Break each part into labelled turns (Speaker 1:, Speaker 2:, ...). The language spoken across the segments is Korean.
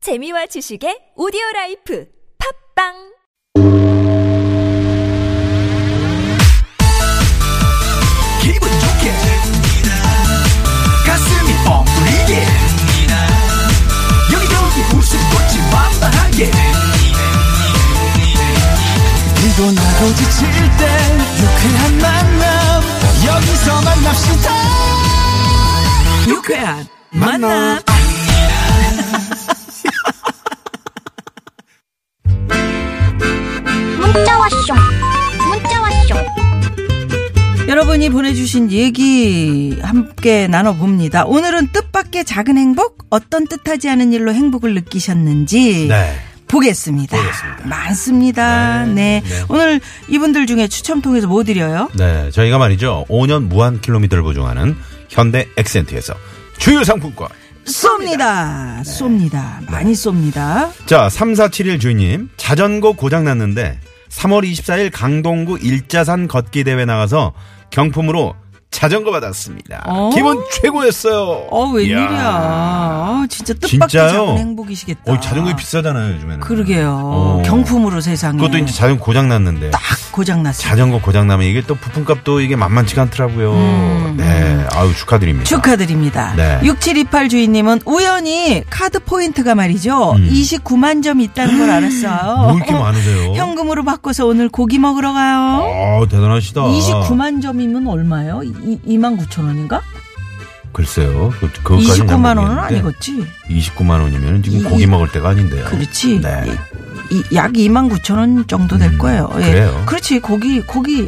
Speaker 1: 재미와 지식의 오디오 라이프 팝빵
Speaker 2: 기분 좋게 가슴이 뻥 뚫리게 여기저기 웃음꽃이 만발하게 피고 나고 지칠 땐 유쾌한 만남 여기서 만납시다 유쾌한 만남
Speaker 3: 문자 왔쇼 문자 왔쇼
Speaker 4: 여러분이 보내주신 얘기 함께 나눠봅니다. 오늘은 뜻밖의 작은 행복? 어떤 뜻하지 않은 일로 행복을 느끼셨는지
Speaker 5: 네.
Speaker 4: 보겠습니다.
Speaker 5: 보겠습니다.
Speaker 4: 많습니다. 네.
Speaker 5: 네. 네.
Speaker 4: 오늘 이분들 중에 추첨 통해서 뭐 드려요?
Speaker 5: 네, 저희가 말이죠. 5년 무한 킬로미터를 보증하는 현대 엑센트에서 주유 상품권. 네.
Speaker 4: 쏩니다. 쏩니다. 많이 쏩니다.
Speaker 5: 자, 3471 주인님. 자전거 고장 났는데 3월 24일 강동구 일자산 걷기 대회 나가서 경품으로 자전거 받았습니다.
Speaker 4: 어?
Speaker 5: 기분 최고였어요.
Speaker 4: 어, 웬일이야.
Speaker 5: 이야.
Speaker 4: 어, 진짜 뜻밖의
Speaker 5: 진짜요?
Speaker 4: 작은 행복이시겠다.
Speaker 5: 어, 자전거 비싸잖아요, 요즘에는.
Speaker 4: 그러게요.
Speaker 5: 어.
Speaker 4: 경품으로 세상에.
Speaker 5: 그것도 이제 자전거 고장 났는데.
Speaker 4: 고장났어요.
Speaker 5: 자전거 고장 나면 이게 또 부품값도 이게 만만치가 않더라고요. 네. 아유, 축하드립니다.
Speaker 4: 음. 축하드립니다.
Speaker 5: 네.
Speaker 4: 6728 주인님은 우연히 카드 포인트가 말이죠. 29만 점 있다는 걸 알았어요.
Speaker 5: 음. 뭐 이렇게 많으세요?
Speaker 4: 현금으로 바꿔서 오늘 고기 먹으러 가요.
Speaker 5: 아, 대단하시다.
Speaker 4: 29만 점이면 얼마예요? 2만 9천 원인가?
Speaker 5: 글쎄요. 그, 그것까지는 잘
Speaker 4: 29만 원은
Speaker 5: 모르겠는데.
Speaker 4: 아니겠지.
Speaker 5: 29만 원이면 지금
Speaker 4: 이-
Speaker 5: 고기 먹을 때가 아닌데요.
Speaker 4: 그렇지.
Speaker 5: 네.
Speaker 4: 이, 이- 약 2만 9천 원 정도 될
Speaker 5: 음,
Speaker 4: 거예요. 예.
Speaker 5: 그래요?
Speaker 4: 그렇지. 고기 고기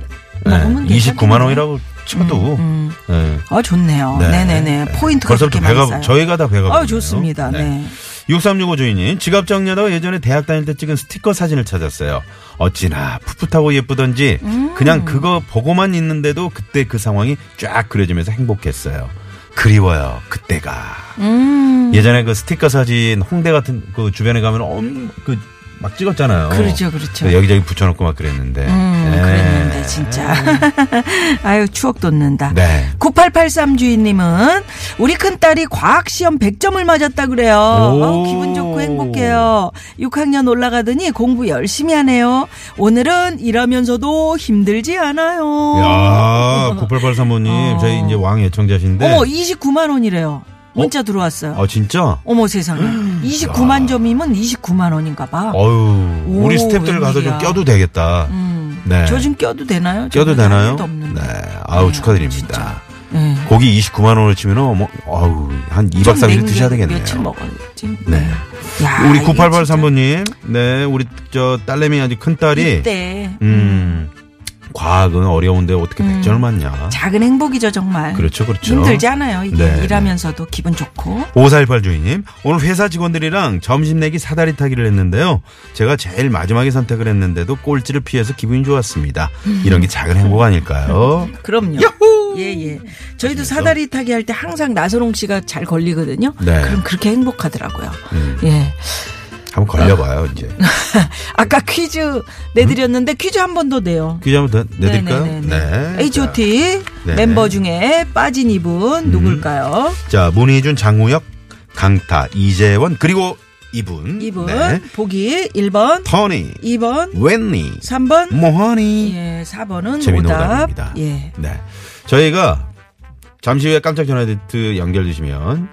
Speaker 5: 네.
Speaker 4: 먹으면
Speaker 5: 29만
Speaker 4: 괜찮겠네.
Speaker 5: 원이라고 쳐도
Speaker 4: 음.
Speaker 5: 네.
Speaker 4: 어 좋네요.
Speaker 5: 네.
Speaker 4: 네. 네네
Speaker 5: 네.
Speaker 4: 포인트가
Speaker 5: 벌써부터
Speaker 4: 그렇게 많이
Speaker 5: 배가
Speaker 4: 쌓여.
Speaker 5: 저희가 다 배가
Speaker 4: 어
Speaker 5: 부르네요.
Speaker 4: 좋습니다. 네.
Speaker 5: 6365 주인님 지갑 정리하다가 예전에 대학 다닐 때 찍은 스티커 사진을 찾았어요. 어찌나 풋풋하고 예쁘던지
Speaker 4: 음.
Speaker 5: 그냥 그거 보고만 있는데도 그때 그 상황이 쫙 그려지면서 행복했어요. 그리워요 그때가.
Speaker 4: 음.
Speaker 5: 예전에 그 스티커 사진 홍대 같은 그 주변에 가면 엄그막 찍었잖아요.
Speaker 4: 그렇죠, 그렇죠.
Speaker 5: 여기저기 붙여놓고 막 그랬는데.
Speaker 4: 음,
Speaker 5: 네. 음.
Speaker 4: 그랬는데 진짜. 아유 추억 돋는다.
Speaker 5: 네.
Speaker 4: 9883 주인님은 우리 큰딸이 과학시험 100점을 맞았다 그래요.
Speaker 5: 오.
Speaker 4: 아우, 기분 좋고 행복해요. 6학년 올라가더니 공부 열심히 하네요. 오늘은 일하면서도 힘들지 않아요.
Speaker 5: 야, 9883번님,
Speaker 4: 어.
Speaker 5: 저희 이제 왕 애청자신데.
Speaker 4: 어머 29만 원이래요. 문자 들어왔어요.
Speaker 5: 네. 아, 진짜?
Speaker 4: 어머 세상에. 29만 점이면 29만 원인가 봐.
Speaker 5: 어유
Speaker 4: 오,
Speaker 5: 우리 스탭들 가서 좀
Speaker 4: 웬일이야.
Speaker 5: 껴도 되겠다.
Speaker 4: 음.
Speaker 5: 네.
Speaker 4: 저 지금 껴도 되나요?
Speaker 5: 껴도
Speaker 4: 저는 할
Speaker 5: 되나요?
Speaker 4: 일도 없는데.
Speaker 5: 네. 아우,
Speaker 4: 네,
Speaker 5: 축하드립니다.
Speaker 4: 진짜. 네.
Speaker 5: 고기 29만 원을 치면은, 뭐, 아우, 한 2박 3일 드셔야 되겠네요.
Speaker 4: 며칠 먹었지.
Speaker 5: 네.
Speaker 4: 야,
Speaker 5: 우리
Speaker 4: 이게
Speaker 5: 9883번님, 네, 우리 저 딸내미 아주 큰딸이,
Speaker 4: 진짜 이때
Speaker 5: 음, 과학은 어려운데 어떻게 100점을 맞냐.
Speaker 4: 작은 행복이죠 정말.
Speaker 5: 그렇죠, 그렇죠.
Speaker 4: 음. 힘들지 않아요. 이게
Speaker 5: 네,
Speaker 4: 일하면서도 기분 좋고.
Speaker 5: 5418 주인님, 오늘 회사 직원들이랑 점심 내기 사다리 타기를 했는데요. 제가 제일 마지막에 선택을 했는데도 꼴찌를 피해서 기분이 좋았습니다.
Speaker 4: 음.
Speaker 5: 이런 게 작은 행복 아닐까요?
Speaker 4: 그럼요. 예예.
Speaker 5: 그렇죠.
Speaker 4: 저희도 사다리 타기 할 때 항상 나선홍 씨가 잘 걸리거든요.
Speaker 5: 네.
Speaker 4: 그럼 그렇게 행복하더라고요.
Speaker 5: 음,
Speaker 4: 예.
Speaker 5: 한번 걸려봐요, 이제.
Speaker 4: 아까 퀴즈 내드렸는데 퀴즈 한 번 더 내요.
Speaker 5: 퀴즈 한번 더 음? 내드릴까요?
Speaker 4: 네네네.
Speaker 5: 네.
Speaker 4: H.O.T
Speaker 5: 네. 음.
Speaker 4: 멤버 중에 빠진 이분 누굴까요?
Speaker 5: 자, 문희준, 장우혁, 강타, 이재원, 그리고 이분.
Speaker 4: 이분
Speaker 5: 네.
Speaker 4: 보기 1번,
Speaker 5: 터니,
Speaker 4: 2번,
Speaker 5: 웬니,
Speaker 4: 3번,
Speaker 5: 모하니.
Speaker 4: 예, 4번은
Speaker 5: 재미있는
Speaker 4: 오답.
Speaker 5: 오답입니다.
Speaker 4: 예.
Speaker 5: 네. 저희가 잠시 후에 깜짝 전화 데이트 연결되시면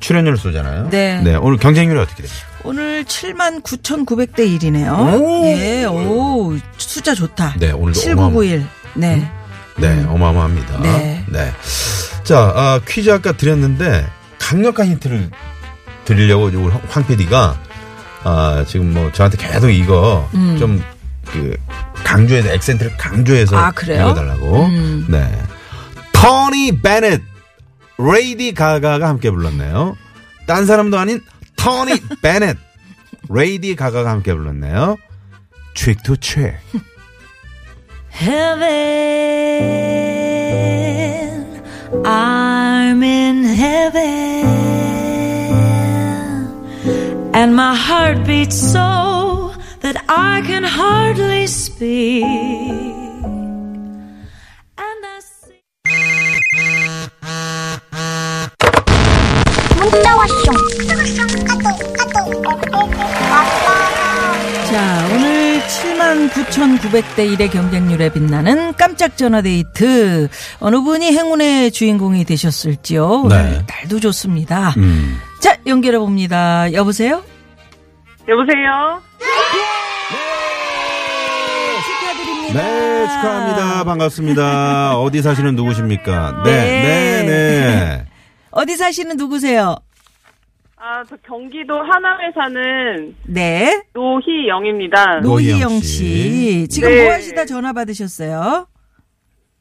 Speaker 5: 출연료를 쏘잖아요.
Speaker 4: 네.
Speaker 5: 오늘 경쟁률이 어떻게 됩니까?
Speaker 4: 오늘 7만 9,900대 1이네요.
Speaker 5: 오.
Speaker 4: 예, 오, 숫자 좋다.
Speaker 5: 네, 오늘도
Speaker 4: 7991. 네.
Speaker 5: 네, 어마어마합니다.
Speaker 4: 네.
Speaker 5: 자, 아, 퀴즈 아까 드렸는데 강력한 힌트를 드리려고 우리 황- 황 PD가 아, 지금 뭐 저한테 계속 이거
Speaker 4: 음.
Speaker 5: 좀 그 강조해서 액센트를 강조해서
Speaker 4: 아, 그래요?
Speaker 5: 읽어달라고.
Speaker 4: 음.
Speaker 5: 네. 토니 베넷, 레이디 가가가 함께 불렀네요. 딴 사람도 아닌 토니 베넷, 레이디 가가가 함께 불렀네요. 트릭 투 트릭.
Speaker 6: heaven. I'm in heaven. And my heart beats so that I can hardly speak. And I see.
Speaker 3: 문자 왔쇼 문자 왔쇼 까똑 까똑
Speaker 4: 자, 오늘 79,900대 1의 경쟁률에 빛나는 깜짝 전화 데이트. 어느 분이 행운의 주인공이 되셨을지요. 오늘
Speaker 5: 네.
Speaker 4: 날도 좋습니다.
Speaker 5: 음.
Speaker 4: 자, 연결해 봅니다. 여보세요?
Speaker 7: 여보세요?
Speaker 4: 축하드립니다.
Speaker 5: 네, 축하합니다. 반갑습니다. 어디 사시는 누구십니까? 네,
Speaker 4: 네.
Speaker 5: 네, 네.
Speaker 4: 어디 사시는 누구세요?
Speaker 7: 아, 저 경기도 하남에 사는
Speaker 4: 네.
Speaker 7: 노희영입니다.
Speaker 4: 노희영
Speaker 5: 노희영
Speaker 4: 씨.
Speaker 5: 씨.
Speaker 4: 지금
Speaker 7: 네.
Speaker 4: 뭐 하시다 전화 받으셨어요?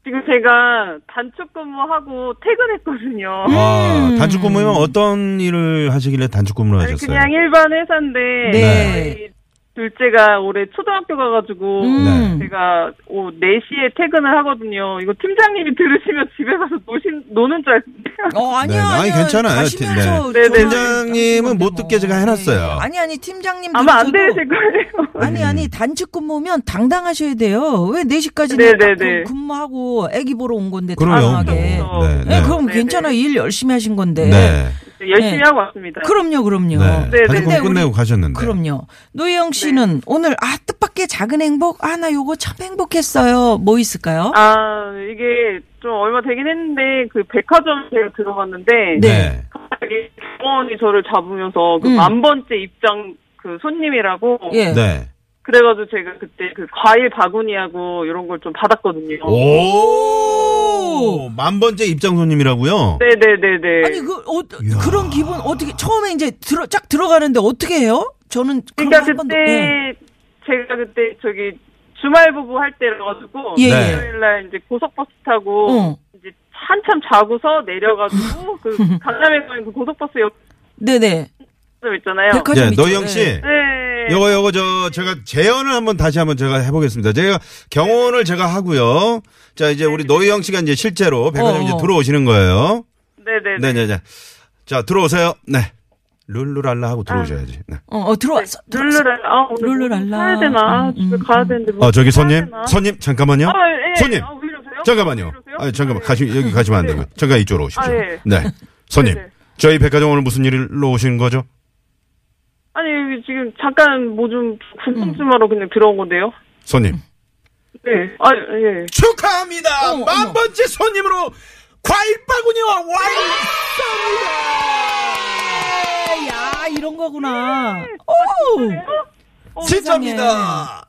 Speaker 7: 지금 제가 단축 근무하고 퇴근했거든요.
Speaker 4: 음.
Speaker 5: 아, 단축 근무면 어떤 일을 하시길래 단축 근무를
Speaker 7: 아니,
Speaker 5: 하셨어요?
Speaker 7: 그냥 일반 회사인데
Speaker 4: 네.
Speaker 7: 저희 둘째가 올해 초등학교 가가지고
Speaker 4: 음.
Speaker 7: 제가 오후 4시에 퇴근을 하거든요. 이거 팀장님이 들으시면 집에 가서 노신, 노는 줄 알았는데
Speaker 4: 어, 아니요.
Speaker 5: 네, 아니,
Speaker 4: 아니요.
Speaker 5: 괜찮아요.
Speaker 4: 가시면서
Speaker 7: 네. 네, 네.
Speaker 4: 전화를
Speaker 5: 팀장님은 못 듣게 제가 해놨어요.
Speaker 4: 아니, 아니, 팀장님.
Speaker 7: 아마 안
Speaker 4: 들으셔도-
Speaker 7: 되실 거예요.
Speaker 4: 아니
Speaker 5: 음.
Speaker 4: 아니 단축 근무면 당당하셔야 돼요. 왜 4시까지
Speaker 7: 네,
Speaker 4: 는
Speaker 7: 네, 네.
Speaker 4: 근무하고 애기 보러 온 건데
Speaker 5: 그럼요.
Speaker 4: 당당하게.
Speaker 5: 네,
Speaker 7: 네,
Speaker 4: 네,
Speaker 5: 네.
Speaker 4: 그럼
Speaker 7: 네,
Speaker 4: 괜찮아요. 일 열심히 하신 건데.
Speaker 5: 네.
Speaker 7: 열심히
Speaker 4: 네.
Speaker 7: 하고 왔습니다.
Speaker 4: 그럼요, 그럼요.
Speaker 5: 네.
Speaker 7: 네,
Speaker 5: 단축
Speaker 4: 네.
Speaker 5: 근무 끝내고 가셨는데.
Speaker 4: 그럼요. 노희영 씨는 오늘 아 뜻밖의 작은 행복 아 나 요거 참 행복했어요. 뭐 있을까요?
Speaker 7: 아, 이게 좀 얼마 되긴 했는데, 그 백화점 제가 들어갔는데,
Speaker 5: 네.
Speaker 7: 갑자기 직원이 저를 잡으면서 그
Speaker 4: 음.
Speaker 7: 만번째 입장 그 손님이라고,
Speaker 4: 예.
Speaker 5: 네.
Speaker 7: 그래가지고 제가 그때 그 과일 바구니하고 이런 걸 좀 받았거든요.
Speaker 5: 오! 만번째 입장 손님이라고요? 예,
Speaker 7: 네네네네.
Speaker 4: 아니 그 어,
Speaker 5: 이야.
Speaker 4: 그런 기분 어떻게 처음에 이제 들어 쫙 들어가는데 어떻게 해요? 저는 그런
Speaker 7: 그러니까
Speaker 4: 거한 번도- 예.
Speaker 7: 그때, 제가 그때 저기 주말 부부 할 때라가지고,
Speaker 4: 예, 예.
Speaker 5: 네.
Speaker 7: 일요일날 이제 고속버스 타고,
Speaker 4: 어.
Speaker 7: 이제 한참 자고서 내려가지고, 그 강남에 가는 그 고속버스 역점
Speaker 4: 네, 네.
Speaker 7: 있잖아요.
Speaker 4: 백화점
Speaker 5: 네,
Speaker 4: 있죠.
Speaker 5: 노영 씨.
Speaker 4: 네.
Speaker 7: 네.
Speaker 5: 요거 요거 저 제가 재연을 한번 다시 한번 제가 해보겠습니다. 제가 경호를 제가 하고요. 자 이제 우리 노희영 씨가 이제 실제로 백화점 이제
Speaker 4: 어.
Speaker 5: 들어오시는 거예요.
Speaker 7: 네네네.
Speaker 5: 네네네. 자 들어오세요. 네. 룰루랄라 하고 들어오셔야지. 네.
Speaker 4: 어, 어 들어왔어. 들어왔어.
Speaker 7: 룰루랄라. 아, 오늘
Speaker 4: 룰루랄라.
Speaker 7: 뭐 해야 되나?
Speaker 4: 음,
Speaker 7: 아, 집에
Speaker 4: 음,
Speaker 7: 가야
Speaker 4: 음.
Speaker 7: 되는데. 뭐
Speaker 5: 아 저기
Speaker 7: 해야
Speaker 5: 손님,
Speaker 7: 되나?
Speaker 5: 손님 잠깐만요.
Speaker 7: 아, 예.
Speaker 5: 어? 손님,
Speaker 7: 아, 왜 이러세요? 왜
Speaker 5: 잠깐만요.
Speaker 7: 이러세요?
Speaker 5: 아 잠깐만
Speaker 7: 네.
Speaker 5: 가시 여기 가시면 안 되고요. 잠깐 이쪽으로 오십시오.
Speaker 7: 아, 예.
Speaker 5: 네. 손님,
Speaker 7: 네, 네.
Speaker 5: 저희 백화점 오늘 무슨 일로 오신 거죠?
Speaker 7: 아니, 여기 지금 잠깐 뭐 좀 궁금증하러 그냥 들어온 건데요.
Speaker 5: 손님.
Speaker 7: 네. 아, 예.
Speaker 5: 축하합니다.
Speaker 4: 어머, 어머.
Speaker 5: 만 번째 손님으로 과일 바구니와 와인
Speaker 4: 야, 이런
Speaker 7: 음.
Speaker 4: 거구나. 오!
Speaker 7: 어,
Speaker 5: 쏩니다.
Speaker 4: 진짜입니다.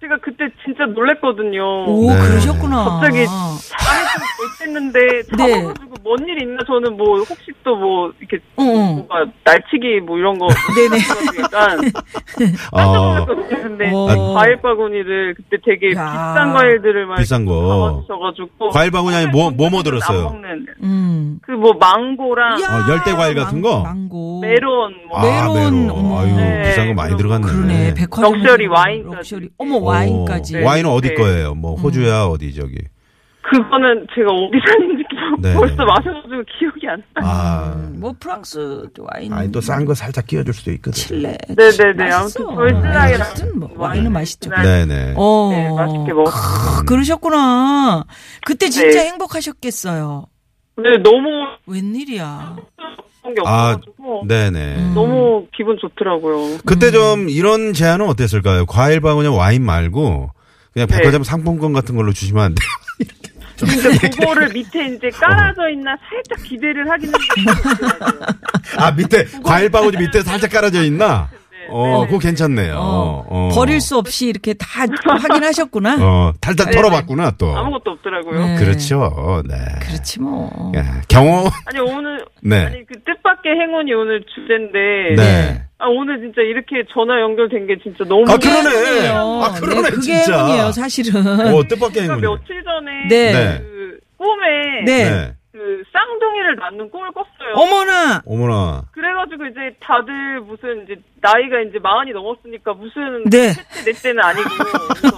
Speaker 7: 제가 그때 진짜 놀랬거든요.
Speaker 4: 오,
Speaker 5: 네.
Speaker 4: 그러셨구나.
Speaker 7: 갑자기 잠이 좀 못했는데
Speaker 4: 네.
Speaker 7: 잡아가지고 뭔 일 있나 저는 뭐 혹시 또 뭐 이렇게
Speaker 4: 어, 어.
Speaker 7: 뭔가 날치기 뭐 이런 거
Speaker 4: 네네.
Speaker 7: 약간
Speaker 5: 어,
Speaker 7: 근데
Speaker 4: 어.
Speaker 7: 과일 바구니를 그때 되게
Speaker 4: 야.
Speaker 7: 비싼 과일들을 막
Speaker 5: 비싼 거.
Speaker 7: 담아주셔가지고
Speaker 5: 과일 바구니 안에 뭐- 뭐뭐 들었어요?
Speaker 4: 음.
Speaker 7: 그뭐 망고랑
Speaker 4: 야,
Speaker 5: 어, 열대 과일 같은 거?
Speaker 4: 망고.
Speaker 7: 아, 메론 뭐
Speaker 5: 아,
Speaker 4: 메론.
Speaker 5: 메론.
Speaker 4: 어머.
Speaker 5: 아유,
Speaker 7: 네,
Speaker 5: 비싼 거 많이
Speaker 7: 그런 거.
Speaker 5: 들어갔네.
Speaker 4: 그러네. 백화점.
Speaker 7: 럭셔리 와인까지.
Speaker 4: 럭셔리. 어머, 와인까지. 음.
Speaker 5: 오, 와인은 어디
Speaker 7: 네.
Speaker 5: 거예요? 뭐 호주야 어디 저기.
Speaker 7: 그거는 제가 어디 사는지
Speaker 5: 네.
Speaker 7: 벌써 마셔가지고 기억이 안 나.
Speaker 5: 아,
Speaker 4: 뭐 프랑스 또 와인.
Speaker 5: 아니 또 싼 거 살짝 끼워줄 수도 있거든.
Speaker 4: 칠레.
Speaker 7: 네네네.
Speaker 4: 맛있어.
Speaker 7: 아무튼 돌진하게
Speaker 4: 어쨌든 뭐 와인은 맛있죠.
Speaker 5: 네네.
Speaker 4: 어.
Speaker 7: 네, 맛있게 먹었어요.
Speaker 4: 크, 그러셨구나. 그때 진짜
Speaker 7: 네.
Speaker 4: 행복하셨겠어요.
Speaker 7: 근데 너무
Speaker 4: 웬일이야.
Speaker 7: 그런 게
Speaker 5: 아,
Speaker 7: 없어가지고
Speaker 5: 네네.
Speaker 4: 음.
Speaker 7: 너무 기분 좋더라고요.
Speaker 5: 그때 좀 이런 제안은 어땠을까요? 과일 바구니 와인 말고 그냥
Speaker 7: 네.
Speaker 5: 백화점 상품권 같은 걸로 주시면 안 돼요?
Speaker 7: 근데 그거를 밑에 이제 깔아져 있나 살짝 기대를 하긴 했는데
Speaker 5: 아 밑에 과일 바구니 밑에 살짝 깔아져 있나? 어, 그거 괜찮네요.
Speaker 4: 어,
Speaker 5: 어.
Speaker 4: 버릴 수 없이 이렇게 다 확인하셨구나.
Speaker 5: 어, 탈탈 털어봤구나 또.
Speaker 7: 아무것도 없더라고요.
Speaker 4: 네.
Speaker 5: 그렇죠. 네.
Speaker 4: 그렇지 뭐.
Speaker 5: 예, 경호.
Speaker 7: 아니 오늘
Speaker 5: 네.
Speaker 7: 아니 그 뜻밖의 행운이 오늘 주제인데
Speaker 5: 네.
Speaker 7: 아 오늘 진짜 이렇게 전화 연결된 게 진짜 너무
Speaker 5: 아, 그러네.
Speaker 4: 행운이에요.
Speaker 5: 아, 그러네,
Speaker 4: 네, 그게
Speaker 5: 진짜.
Speaker 4: 행운이에요, 사실은.
Speaker 5: 어, 뜻밖의
Speaker 7: 제가
Speaker 5: 행운.
Speaker 7: 며칠 전에
Speaker 4: 네.
Speaker 5: 네.
Speaker 7: 그 꿈에
Speaker 4: 네.
Speaker 7: 그 쌍둥이를 낳는 꿈을 꿨어요.
Speaker 4: 어머나.
Speaker 5: 어머나.
Speaker 7: 그래가지고 이제 다들 무슨 이제 나이가 이제 마흔이 넘었으니까 무슨
Speaker 4: 네.
Speaker 7: 셋째 넷째는 아니고 그래서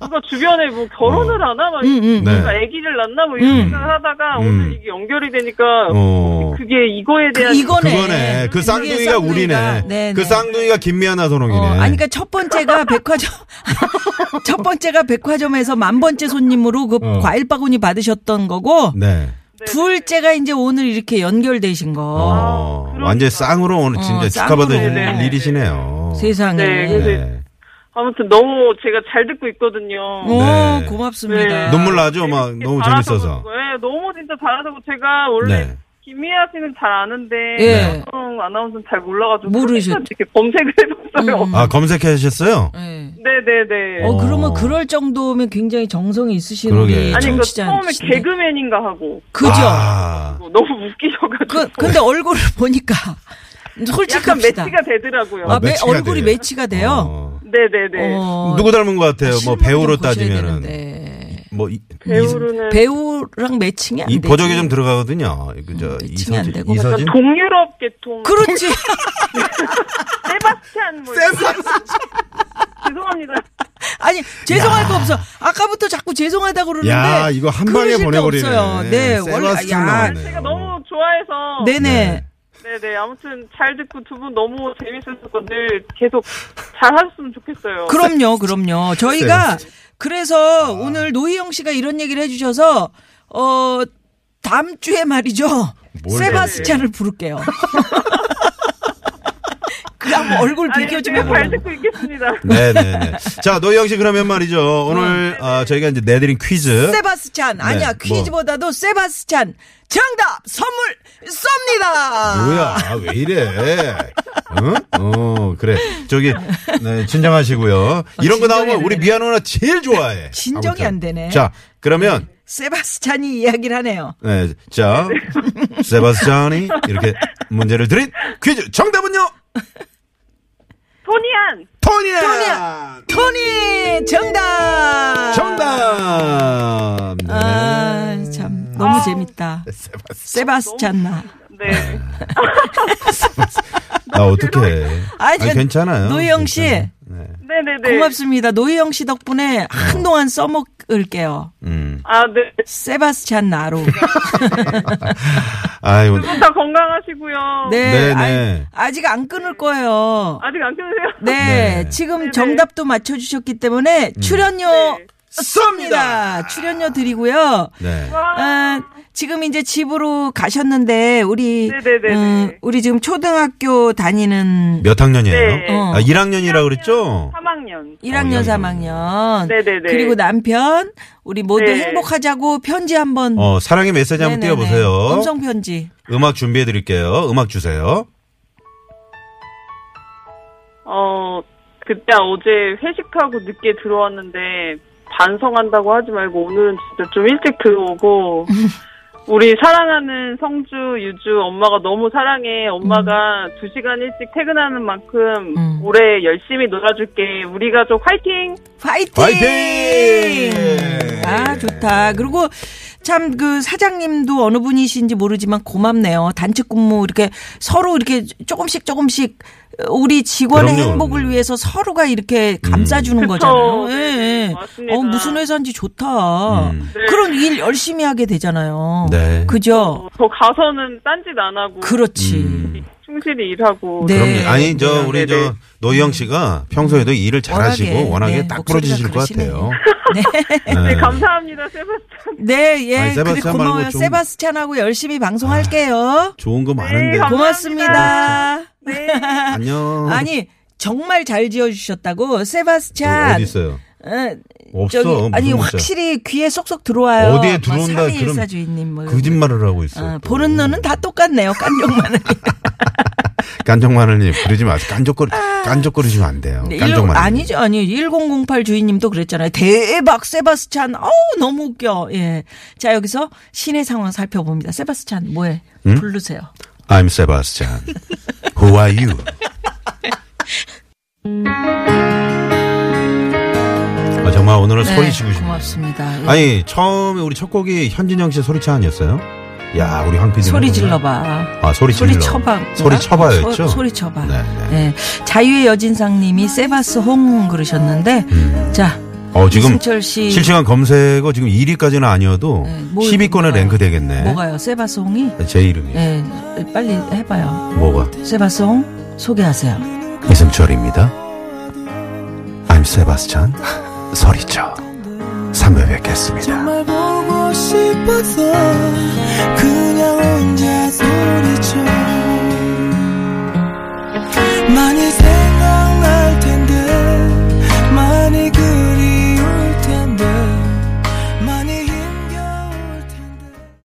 Speaker 7: 누가 주변에 뭐 결혼을 하나 막
Speaker 4: 음, 음.
Speaker 7: 누가
Speaker 5: 어. 네.
Speaker 7: 아기를 낳나 뭐 이런 생각을 하다가
Speaker 5: 음.
Speaker 7: 오늘 이게 연결이 되니까
Speaker 5: 어.
Speaker 7: 그게 이거에 대한
Speaker 4: 이거네.
Speaker 5: 그거네. 그
Speaker 4: 이게
Speaker 5: 쌍둥이가 우리네.
Speaker 4: 네,
Speaker 5: 그
Speaker 4: 네.
Speaker 5: 쌍둥이가 김미아나
Speaker 4: 어,
Speaker 5: 소롱이네.
Speaker 4: 아니, 그니까 첫 번째가 백화점, 첫 번째가 백화점에서 만 번째 손님으로 그
Speaker 5: 어.
Speaker 4: 과일 바구니 받으셨던 거고,
Speaker 5: 네.
Speaker 4: 둘째가 이제 오늘 이렇게 연결되신 거.
Speaker 5: 어,
Speaker 7: 그러니까.
Speaker 5: 완전 쌍으로 오늘 진짜
Speaker 4: 아, 어,
Speaker 5: 축하받을
Speaker 7: 쌍으로.
Speaker 5: 일이시네요.
Speaker 4: 세상에.
Speaker 7: 네,
Speaker 5: 네.
Speaker 7: 그래서- 아무튼 너무 제가 잘 듣고 있거든요.
Speaker 4: 오,
Speaker 5: 네.
Speaker 4: 어, 고맙습니다.
Speaker 7: 네.
Speaker 5: 눈물 나죠? 막
Speaker 7: 이렇게
Speaker 5: 너무
Speaker 7: 잘하셔서
Speaker 5: 재밌어서.
Speaker 7: 그런 거예요. 너무 진짜 잘하셔서 제가 원래
Speaker 5: 네.
Speaker 7: 김희아 씨는 잘 아는데
Speaker 4: 예.
Speaker 7: 방송 아나운서는 잘 몰라가지고
Speaker 4: 모르셨-
Speaker 7: 그래서 이렇게 검색을 해봤어요.
Speaker 4: 음.
Speaker 5: 아, 검색하셨어요?
Speaker 4: 네.
Speaker 7: 네네네.
Speaker 4: 어,
Speaker 5: 어.
Speaker 4: 그러면 그럴 정도면 굉장히 정성이 있으신
Speaker 5: 그러게.
Speaker 4: 우리
Speaker 7: 아니 그
Speaker 4: 청취자
Speaker 7: 처음에
Speaker 4: 아니신데.
Speaker 7: 개그맨인가 하고
Speaker 4: 그죠?
Speaker 5: 아,
Speaker 7: 너무 웃기셔가지고
Speaker 4: 그, 근데 얼굴을 보니까
Speaker 7: 약간
Speaker 4: 솔직합시다.
Speaker 7: 매치가 되더라고요.
Speaker 4: 아,
Speaker 5: 아,
Speaker 4: 매,
Speaker 5: 매치가
Speaker 4: 얼굴이
Speaker 5: 돼요.
Speaker 4: 매치가 돼요.
Speaker 5: 어.
Speaker 7: 네네네.
Speaker 4: 어,
Speaker 5: 누구 닮은 것 같아요? 뭐
Speaker 4: 실물을 좀
Speaker 5: 배우로
Speaker 4: 보셔야
Speaker 5: 따지면은
Speaker 4: 되는데.
Speaker 5: 뭐 이,
Speaker 7: 배우로는
Speaker 4: 배우랑 매칭이 안
Speaker 5: 이, 이
Speaker 4: 되지.
Speaker 5: 보적이 좀 들어가거든요. 그저
Speaker 4: 매칭이 안
Speaker 5: 이서진,
Speaker 4: 되고.
Speaker 5: 이서진,
Speaker 7: 동유럽 계통
Speaker 4: 그렇지.
Speaker 7: 세바스찬 뭐 이런 죄송합니다.
Speaker 4: 아니 죄송할 거 없어. 아까부터 자꾸 죄송하다고 그러는데.
Speaker 5: 야, 이거 한
Speaker 4: 그러실
Speaker 5: 방에
Speaker 4: 게
Speaker 5: 보내버리네.
Speaker 4: 없어요. 네, 원래
Speaker 7: 아,
Speaker 5: 세바스찬
Speaker 4: 야,
Speaker 5: 나왔네.
Speaker 7: 제가 너무 좋아해서
Speaker 4: 네네.
Speaker 5: 네.
Speaker 7: 네네 아무튼 잘 듣고 두 분 너무 재밌었고 늘 계속 잘 하셨으면 좋겠어요.
Speaker 4: 그럼요, 그럼요.
Speaker 5: 네.
Speaker 4: 저희가 그래서
Speaker 5: 아.
Speaker 4: 오늘 노희영 씨가 이런 얘기를 해주셔서 어 다음 주에 말이죠.
Speaker 5: 뭘
Speaker 4: 세바스찬을 부를게요. 그냥 뭐 얼굴
Speaker 7: 아니,
Speaker 4: 비교 좀
Speaker 7: 제가 잘
Speaker 4: 해보라고.
Speaker 7: 듣고 있겠습니다.
Speaker 5: 네네네. 자, 노희영 씨 그러면 말이죠. 오늘 아, 저희가 이제 내드린 퀴즈.
Speaker 4: 음. 세바스찬 아니야
Speaker 5: 네, 뭐.
Speaker 4: 퀴즈보다도 세바스찬 정답 선물 쏩니다.
Speaker 5: 뭐야, 아, 왜 이래? 응? 어, 그래. 저기, 네, 진정하시고요. 이런 거 나오면 우리 미안 누나 제일 좋아해.
Speaker 4: 어, 진정이
Speaker 5: 아무튼.
Speaker 4: 안 되네.
Speaker 5: 자, 그러면,
Speaker 4: 세바스찬이 이야기를 하네요.
Speaker 5: 네, 자, 세바스찬이 이렇게 문제를 드린 퀴즈 정답은요?
Speaker 7: 토니안
Speaker 5: 토니야!
Speaker 4: 토니 정답.
Speaker 5: 정답! 네.
Speaker 4: 아 참 너무 재밌다.
Speaker 5: 세바스.
Speaker 4: 세바스찬 나.
Speaker 7: 네.
Speaker 5: 나 어떡해.
Speaker 4: 아니,
Speaker 5: 아니, 괜찮아요.
Speaker 4: 노희영 씨.
Speaker 5: 괜찮아요. 네.
Speaker 7: 네네네.
Speaker 4: 고맙습니다. 노희영 씨 덕분에 한동안 써먹을게요.
Speaker 5: 음.
Speaker 7: 아, 네.
Speaker 4: 세바스찬 나로.
Speaker 5: 아이고.
Speaker 7: 두 분 다 건강하시고요.
Speaker 4: 네.
Speaker 5: 네,
Speaker 4: 아이,
Speaker 5: 네.
Speaker 4: 아직 안 끊을 거예요.
Speaker 7: 아직 안 끊으세요?
Speaker 4: 네,
Speaker 5: 네. 음.
Speaker 4: 지금 정답도 맞춰주셨기 때문에 출연료
Speaker 7: 네.
Speaker 4: 쏩니다. 출연료 드리고요.
Speaker 5: 네.
Speaker 4: 아, 지금 이제 집으로 가셨는데 우리 음,
Speaker 7: 네네네네.
Speaker 4: 우리 지금 초등학교 다니는
Speaker 5: 몇 학년이에요?
Speaker 7: 네.
Speaker 4: 어.
Speaker 5: 아, 1학년이라 그랬죠?
Speaker 7: 3학년.
Speaker 4: 1학년,
Speaker 5: 어, 예,
Speaker 4: 3학년.
Speaker 7: 네네네.
Speaker 4: 그리고 남편 우리 모두
Speaker 7: 네.
Speaker 4: 행복하자고 편지 한번
Speaker 5: 어, 사랑의 메시지 한번
Speaker 4: 네네네.
Speaker 5: 띄워보세요.
Speaker 4: 음성 편지.
Speaker 5: 음악 준비해 드릴게요. 음악 주세요.
Speaker 7: 어, 그때 어제 회식하고 늦게 들어왔는데 반성한다고 하지 말고 오늘은 진짜 좀 일찍 들어오고 우리 사랑하는 성주, 유주 엄마가 너무 사랑해. 엄마가 두 시간 일찍 퇴근하는 만큼
Speaker 4: 음.
Speaker 7: 올해 열심히 놀아줄게. 우리 가족 화이팅!
Speaker 4: 파이팅!
Speaker 5: 화이팅!
Speaker 4: 아, 좋다. 그리고 참 그 사장님도 어느 분이신지 모르지만 고맙네요. 단체 근무 이렇게 서로 이렇게 조금씩 조금씩 우리 직원의
Speaker 5: 그럼요, 음.
Speaker 4: 행복을
Speaker 5: 그럼요.
Speaker 4: 위해서 서로가 이렇게 감싸주는
Speaker 7: 그쵸.
Speaker 4: 거잖아요.
Speaker 7: 네,
Speaker 4: 예, 예.
Speaker 7: 맞습니다.
Speaker 4: 어, 무슨 회사인지 좋다.
Speaker 5: 음.
Speaker 7: 네.
Speaker 4: 그런 일 열심히 하게 되잖아요.
Speaker 5: 네.
Speaker 4: 그죠?
Speaker 7: 어, 저 가서는 딴짓 안 하고
Speaker 4: 그렇지.
Speaker 5: 음.
Speaker 7: 충실히 일하고
Speaker 4: 네.
Speaker 5: 그럼요. 아니, 저, 우리
Speaker 7: 네네.
Speaker 5: 저, 노희영 씨가 평소에도 일을 잘 하시고 워낙에
Speaker 4: 네,
Speaker 5: 딱 부러지실 것
Speaker 4: 목소리가
Speaker 5: 같아요.
Speaker 4: 네.
Speaker 7: 네, 감사합니다, 세바스찬.
Speaker 4: 네, 예. 그래,
Speaker 5: 아니, 세바스찬
Speaker 4: 고마워요.
Speaker 5: 말고 좀-
Speaker 4: 세바스찬하고 열심히 방송할게요.
Speaker 5: 좋은 거 많은데.
Speaker 7: 감-
Speaker 4: 고맙습니다. 네.
Speaker 5: 안녕.
Speaker 4: 아니, 정말 잘 지어주셨다고,
Speaker 5: 어,
Speaker 4: 세바스찬.
Speaker 5: 어디 있어요?
Speaker 4: 어,
Speaker 5: 없어.
Speaker 4: 저기,
Speaker 5: 무슨
Speaker 4: 아니,
Speaker 5: 문자.
Speaker 4: 확실히 귀에 쏙쏙 들어와요.
Speaker 5: 어디에 들어온다, 그럼
Speaker 4: 사주인님 뭐.
Speaker 5: 거짓말을 하고 있어.
Speaker 4: 어, 보는 눈은 다 똑같네요. 깐족만은.
Speaker 5: 아, 깐족마늘님 그러지 마세요. 깐족거리 깐족거리시면 안 돼요. 깐족마늘.
Speaker 4: 아. 네, 아니죠, 아니. 1008 주인님도 그랬잖아요. 대박, 세바스찬. 어우, 너무 웃겨. 예. 자, 여기서 신의 상황 살펴봅니다. 세바스찬, 뭐해? 부르세요.
Speaker 5: I'm Sebastian. Who are you? 아, 정말 오늘은 소리치고 싶네요.
Speaker 4: 고맙습니다. 예.
Speaker 5: 음. 아니 처음에 우리 첫 곡이 현진영 씨의 소리차 아니었어요? 야 우리 황 PD
Speaker 4: 소리 질러봐.
Speaker 5: 아 소리 질러.
Speaker 4: 소리 쳐봐. 어?
Speaker 5: 소리 쳐봐였죠.
Speaker 4: 소, 리 쳐봐.
Speaker 5: 네,
Speaker 4: 예. 자유의 여진상님이 아, 세바스 홍 그러셨는데 자
Speaker 5: 어 지금
Speaker 4: 이승철 씨
Speaker 5: 실시간 검색어 지금 1위까지는 아니어도
Speaker 4: 네, 뭐
Speaker 5: 10위권에
Speaker 4: 뭐가-
Speaker 5: 랭크 되겠네.
Speaker 4: 뭐가요? 세바스 홍이
Speaker 5: 제 이름이
Speaker 4: 예 빨리 해봐요.
Speaker 5: 뭐가?
Speaker 4: 세바스 홍 소개하세요.
Speaker 5: 이승철입니다. I'm Sebastian. 소리쳐. 3회 뵙겠습니다.
Speaker 2: 정말 보고 싶어서 그냥 혼자 소리쳐 많이